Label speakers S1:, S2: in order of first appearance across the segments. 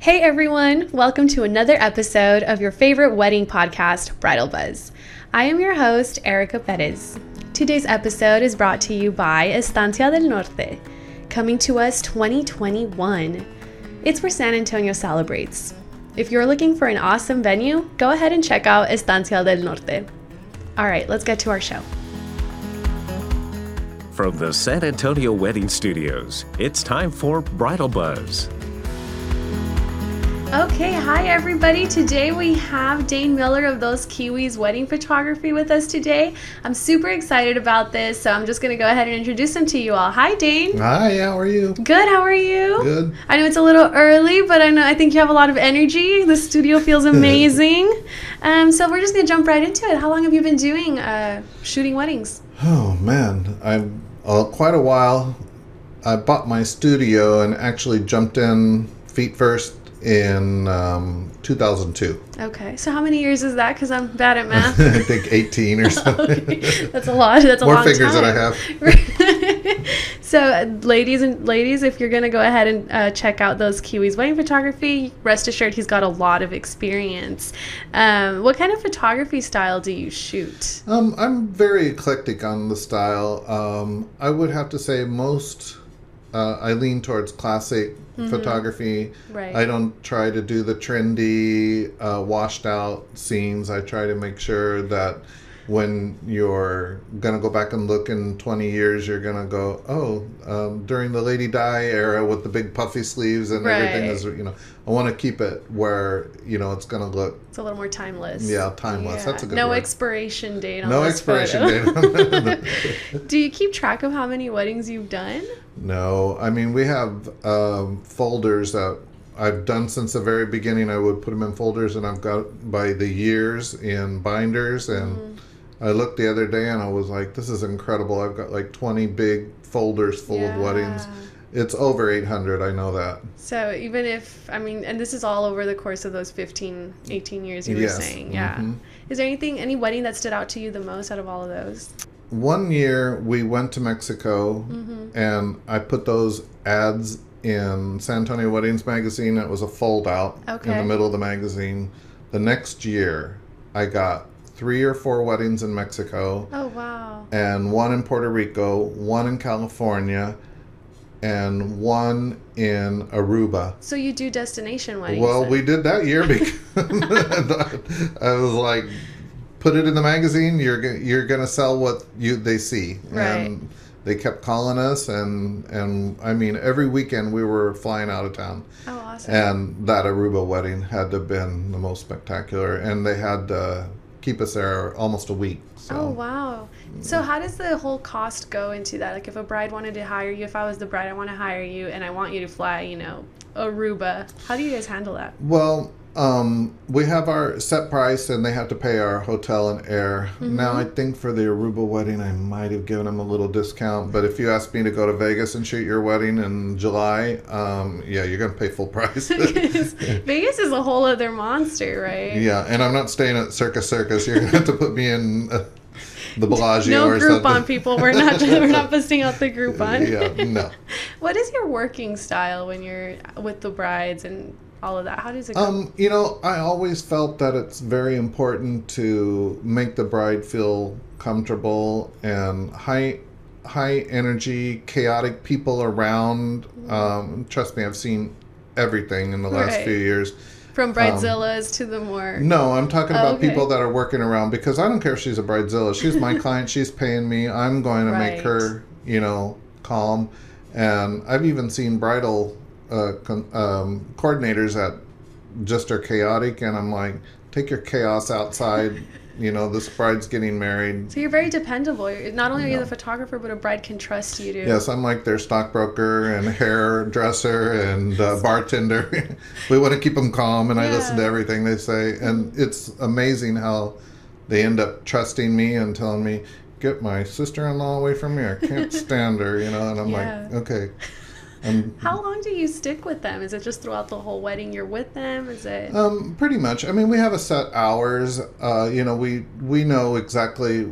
S1: Hey everyone, welcome to another episode of your favorite wedding podcast, Bridal Buzz. I am your host, Erica Perez. Today's episode is brought to you by Estancia del Norte, coming to us 2021. It's where San Antonio celebrates. If you're looking for an awesome venue, go ahead and check out Estancia del Norte. All right, let's get to our show.
S2: From the San Antonio Wedding Studios, it's time for Bridal Buzz.
S1: Okay, hi everybody. Today we have Dane Miller of Those Kiwis Wedding Photography with us today. I'm super excited about this, so I'm just going to go ahead and introduce him to you all. Hi, Dane.
S3: Hi, how are you?
S1: Good. How are you?
S3: Good.
S1: I know it's a little early, but I know I think you have a lot of energy. The studio feels amazing. um, so we're just going to jump right into it. How long have you been doing uh, shooting weddings?
S3: Oh man, I've uh, quite a while. I bought my studio and actually jumped in feet first in um, 2002.
S1: Okay, so how many years is that? Because I'm bad at math.
S3: I think 18 or something.
S1: Okay, That's a lot. That's a
S3: More
S1: long
S3: fingers
S1: time.
S3: than I have.
S1: so, uh, ladies and ladies, if you're gonna go ahead and uh, check out those Kiwis wedding photography, rest assured he's got a lot of experience. Um, what kind of photography style do you shoot?
S3: Um, I'm very eclectic on the style. Um, I would have to say most. Uh, I lean towards classic photography.
S1: Mm-hmm. Right.
S3: I don't try to do the trendy, uh, washed out scenes. I try to make sure that when you're gonna go back and look in 20 years, you're gonna go, oh, um, during the Lady Di era with the big puffy sleeves and everything
S1: Right.
S3: is, you know, I want to keep it where you know it's gonna look
S1: It's a little more timeless.
S3: Yeah, timeless. That's a good
S1: No
S3: word.
S1: expiration date on
S3: no
S1: this
S3: expiration
S1: photo.
S3: date. on it.
S1: do you keep track of how many weddings you've done?
S3: No, I mean we have um, folders that I've done since the very beginning. I would put them in folders, and I've got by the years in binders. And I looked the other day, and I was like, "This is incredible! I've got like 20 big folders full of weddings.
S1: Yeah.
S3: It's over 800. I know that.
S1: So even if I mean, and this is all over the course of those 15, 18 years you
S3: Yes.
S1: were saying, yeah.
S3: Mhm.
S1: Is there anything, any wedding that stood out to you the most out of all of those?
S3: One year we went to Mexico, and I put those ads in San Antonio Weddings magazine. It was a fold out in
S1: Okay.
S3: the middle of the magazine. The next year, I got three or four weddings in Mexico,
S1: Oh wow!
S3: and one in Puerto Rico, one in California, and one in Aruba.
S1: So you do destination weddings?
S3: Well,
S1: then.
S3: we did that year because I was like, put it in the magazine. You're go- you're gonna sell what you they see.
S1: Right.
S3: And they kept calling us, and and I mean every weekend we were flying out of town.
S1: Oh awesome!
S3: And that Aruba wedding had to have been the most spectacular, and they had to keep us there almost a week. So.
S1: Oh wow! So
S3: Mm.
S1: how does the whole cost go into that? Like if a bride wanted to hire you, if I was the bride, I want to hire you, and I want you to fly, you know, Aruba. How do you guys handle that?
S3: Well, um, we have our set price, and they have to pay our hotel and air. Now, I think for the Aruba wedding, I might have given them a little discount. But if you ask me to go to Vegas and shoot your wedding in July, um, yeah, you're gonna pay full price.
S1: 'Cause Vegas is a whole other monster, right?
S3: yeah, and I'm not staying at Circus Circus. You're gonna have to put me in uh, the Bellagio
S1: No
S3: or
S1: Groupon
S3: something.
S1: people. We're not we're not busting out the Groupon.
S3: Yeah, no.
S1: What is your working style when you're with the brides and all of that? How does it go?
S3: Um, you know, I always felt that it's very important to make the bride feel comfortable and high high energy, chaotic people around. Um, trust me, I've seen everything in the last
S1: Right.
S3: few years.
S1: From bridezillas to the more
S3: um, No, I'm talking about
S1: Okay.
S3: people that are working around because I don't care if she's a bridezilla. She's my client. She's paying me. I'm going to
S1: Right.
S3: make her, you know, calm. And I've even seen bridal uh, con- um, coordinators that just are chaotic, and I'm like, take your chaos outside. you know, this bride's getting married.
S1: So you're very dependable. You're, not only are you the photographer, but a bride can trust you to.
S3: Yes, I'm like their stockbroker and hairdresser and uh, bartender. we want to keep them calm, and I listen to
S1: Yeah.
S3: everything they say. And it's amazing how they end up trusting me and telling me, "Get my sister-in-law away from me. I can't stand her." You know, and I'm
S1: Yeah.
S3: like, "Okay." I'm
S1: How long do you stick with them? Is it just throughout the whole wedding you're with them? Is it?
S3: Um, Uh, pretty much. I mean, we have a set hours. Uh, you know, we we know exactly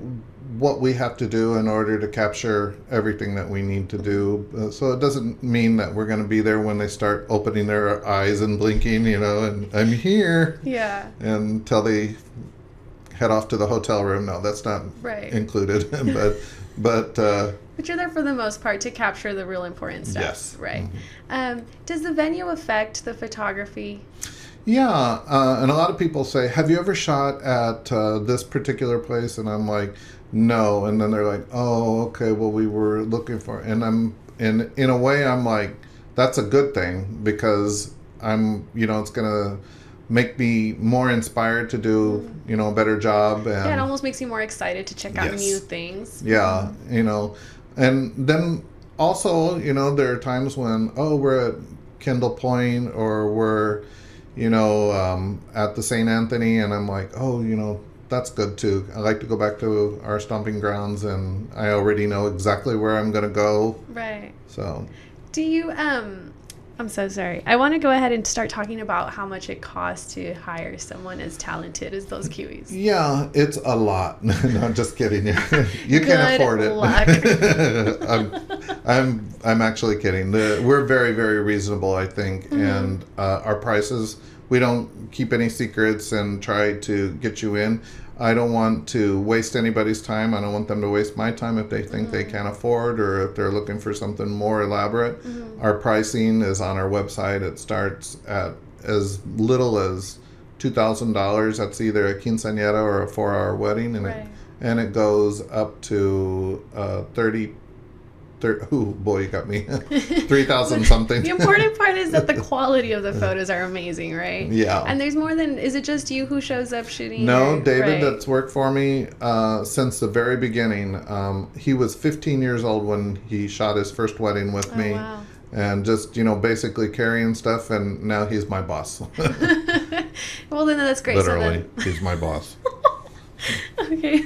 S3: what we have to do in order to capture everything that we need to do. Uh, so it doesn't mean that we're going to be there when they start opening their eyes and blinking, you know, and I'm here
S1: Yeah.
S3: until they head off to the hotel room. No, that's not
S1: Right.
S3: included. but but uh,
S1: But you're there for the most part to capture the real important stuff.
S3: Yes. Mm-hmm.
S1: Right. Um, does the venue affect the photography?
S3: Yeah, uh, and a lot of people say, "Have you ever shot at uh, this particular place?" And I'm like, "No," and then they're like, "Oh, okay. Well, we were looking for," and I'm and in a way, I'm like, "That's a good thing because I'm, you know, it's gonna make me more inspired to do, you know, a better job." Mm-hmm. And
S1: yeah, it almost makes you more excited to check out
S3: Um, Yes.
S1: new things.
S3: yeah, you know, and then also, you know, there are times when oh, we're at Kendall Point or we're, you know, um, at the St. Anthony, and I'm like, oh, you know, that's good too. I like to go back to our stomping grounds, and I already know exactly where I'm gonna go.
S1: Right.
S3: So
S1: Do you um I'm so sorry. I want to go ahead and start talking about how much it costs to hire someone as talented as those Kiwis.
S3: yeah, it's a lot. no, I'm just kidding. you
S1: Good
S3: can't afford it.
S1: luck.
S3: I'm, I'm I'm actually kidding. The, we're very very reasonable, I think, and uh, our prices. We don't keep any secrets and try to get you in. I don't want to waste anybody's time. I don't want them to waste my time if they think they can't afford or if they're looking for something more elaborate. Our pricing is on our website. It starts at as little as two thousand dollars. That's either a quinceañera or a four-hour wedding, and
S1: Right.
S3: it and it goes up to uh, 30, thir ooh, boy, you got me, 3,000 something.
S1: The important part is that the quality of the photos are amazing, right?
S3: Yeah.
S1: And there's more than is it just you who shows up shooting?
S3: no,
S1: or-
S3: David,
S1: right.
S3: that's worked for me uh, since the very beginning. Um, he was 15 years old when he shot his first wedding with
S1: Oh,
S3: me.
S1: wow.
S3: And just, you know, basically carrying stuff, and now he's my boss.
S1: well, then that's great.
S3: Literally,
S1: So
S3: he's my boss.
S1: then, okay.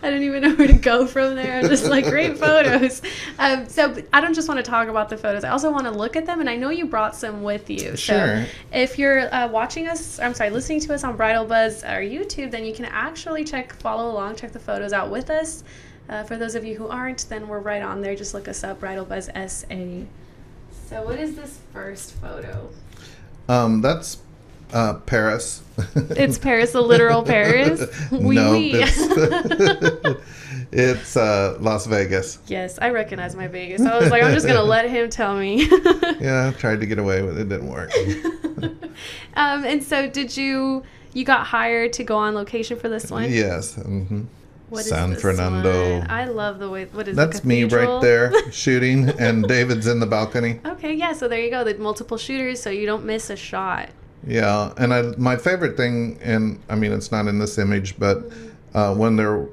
S1: I don't even know where to go from there. I'm just like great photos. Um, so but I don't just want to talk about the photos. I also want to look at them, and I know you brought some with you. So
S3: Sure.
S1: if you're uh, watching us, I'm sorry, listening to us on Bridal Buzz or YouTube, then you can actually check, follow along, check the photos out with us. Uh, for those of you who aren't, then we're right on there. Just look us up, Bridal Buzz SA. So what is this first photo?
S3: Um, that's uh, Paris.
S1: It's Paris, the literal Paris. Oui,
S3: no,
S1: oui.
S3: it's, it's uh, Las Vegas.
S1: yes, I recognize my Vegas. I was like, I'm just gonna let him tell me.
S3: Yeah, I tried to get away with it, didn't work.
S1: um, and so, did you? You got hired to go on location for this one.
S3: yes, hmm
S1: What is
S3: San
S1: this
S3: Fernando.
S1: one? I love the way. What is the
S3: that's me
S1: cathedral?
S3: right there shooting, and David's in the balcony.
S1: Okay, yeah. So there you go. The multiple shooters, so you don't miss a shot.
S3: Yeah, and I my favorite thing, and I mean it's not in this image, but uh, when they're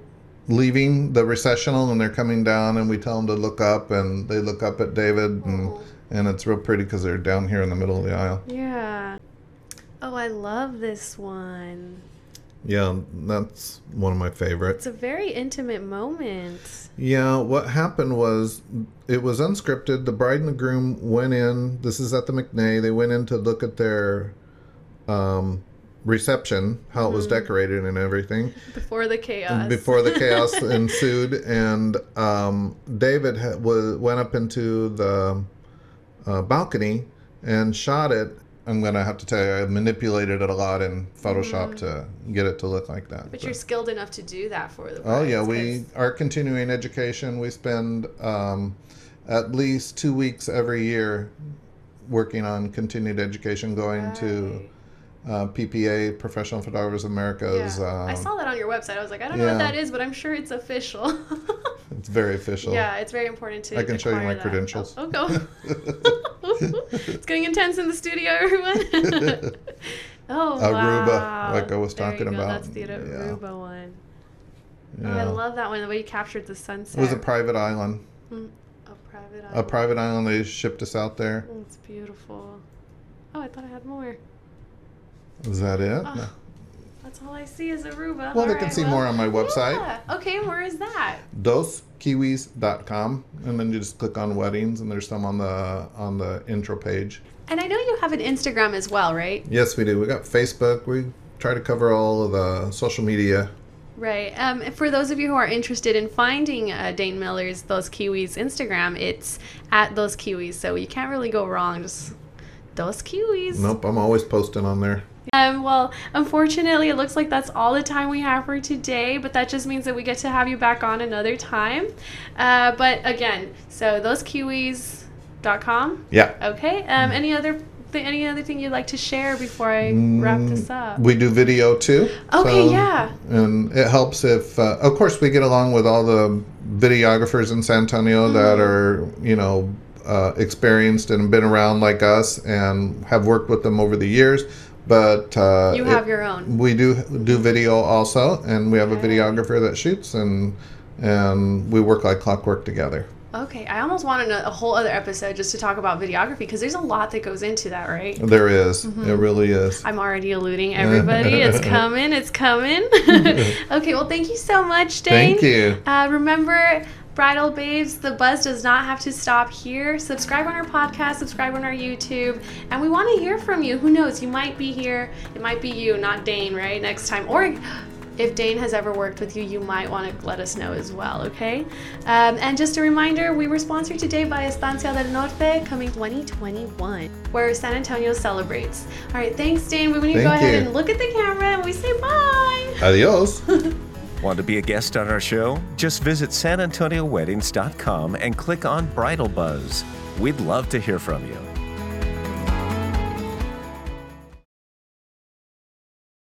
S3: leaving the recessional and they're coming down, and we tell them to look up, and they look up at David, and
S1: Oh.
S3: and it's real pretty because they're down here in the middle of the aisle.
S1: Yeah. Oh, I love this one.
S3: Yeah, that's one of my favorites.
S1: It's a very intimate moment.
S3: Yeah, what happened was it was unscripted. The bride and the groom went in. This is at the McNay. They went in to look at their um, reception, how it
S1: Mm.
S3: was decorated and everything
S1: Before the chaos.
S3: before the chaos ensued. And um, David ha- was, went up into the uh, balcony and shot it. I'm going to have to tell you, I manipulated it a lot in Photoshop to get it to look like that.
S1: Mm-hmm. But
S3: but-
S1: you're skilled enough to do that for the.
S3: Oh
S1: brides,
S3: yeah,
S1: 'cause-
S3: we our continuing education. We spend um, at least two weeks every year working on continued education, going to uh, PPA, Professional Photographers of America's.
S1: Yeah. I
S3: um,
S1: saw that on your website. I was like, I don't know what
S3: yeah.
S1: that is, but I'm sure it's official.
S3: It's very official.
S1: yeah, it's very important to.
S3: I can show you
S1: acquire
S3: my
S1: that.
S3: credentials.
S1: Oh, go. it's getting intense in the studio, everyone. oh,
S3: Aruba,
S1: wow.
S3: like I was talking
S1: there you go.
S3: about.
S1: That's the
S3: Yeah.
S1: Aruba one. Oh, I
S3: Yeah.
S1: love that one. The way you captured the sunset.
S3: it was a private island.
S1: A private
S3: A
S1: island.
S3: private island. They shipped us out there.
S1: It's beautiful. Oh, I thought I had more.
S3: Is that it?
S1: Oh,
S3: No.
S1: That's all I see is Aruba.
S3: Well,
S1: All
S3: they can
S1: right,
S3: see
S1: well-
S3: more on my website.
S1: Yeah. Okay, and where is that?
S3: doskiwis.com and then you just click on weddings and there's some on the on the intro page
S1: And I know you have an Instagram as well, right?
S3: yes we do we got facebook we try to cover all of the social media
S1: Right. Um, for those of you who are interested in finding uh, Dane Miller's Those Kiwis Instagram, it's at Those Kiwis, so you can't really go wrong. Just Those Kiwis.
S3: Nope, I'm always posting on there.
S1: Um, well, unfortunately, it looks like that's all the time we have for today, but that just means that we get to have you back on another time. Uh, but again, so thosekiwis.com.
S3: Yeah.
S1: Okay.
S3: Mm.
S1: Um, any other th- any other thing you'd like to share before I wrap this up?
S3: Mm, We do video too.
S1: Okay, yeah.
S3: And it helps if, uh, of course, we get along with all the videographers in San Antonio
S1: Mm-hmm.
S3: that are, you know, uh, experienced and been around like us and have worked with them over the years. But uh,
S1: You
S3: it-
S1: have your own.
S3: We do do video also, and we have a videographer that shoots, and and we work like clockwork together.
S1: Okay, I almost want a, a whole other episode just to talk about videography because there's a lot that goes into that, right?
S3: There is. It really is.
S1: I'm already eluding everybody. it's coming. It's coming. okay, well, thank you so much, Dane.
S3: Thank you.
S1: Uh, remember, Bridal Babes, the buzz does not have to stop here. Subscribe on our podcast, subscribe on our YouTube, and we want to hear from you. Who knows? You might be here. It might be you, not Dane, right? Next time. Or if Dane has ever worked with you, you might want to let us know as well, okay? Um, and just a reminder, we were sponsored today by Estancia del Norte coming 2021, where San Antonio celebrates. All right, thanks, Dane. We're going to go
S3: Thank
S1: ahead
S3: you.
S1: and look at the camera and we say bye.
S3: Adios.
S2: Want to be a guest on our show? Just visit sanantonioweddings.com and click on Bridal Buzz. We'd love to hear from you.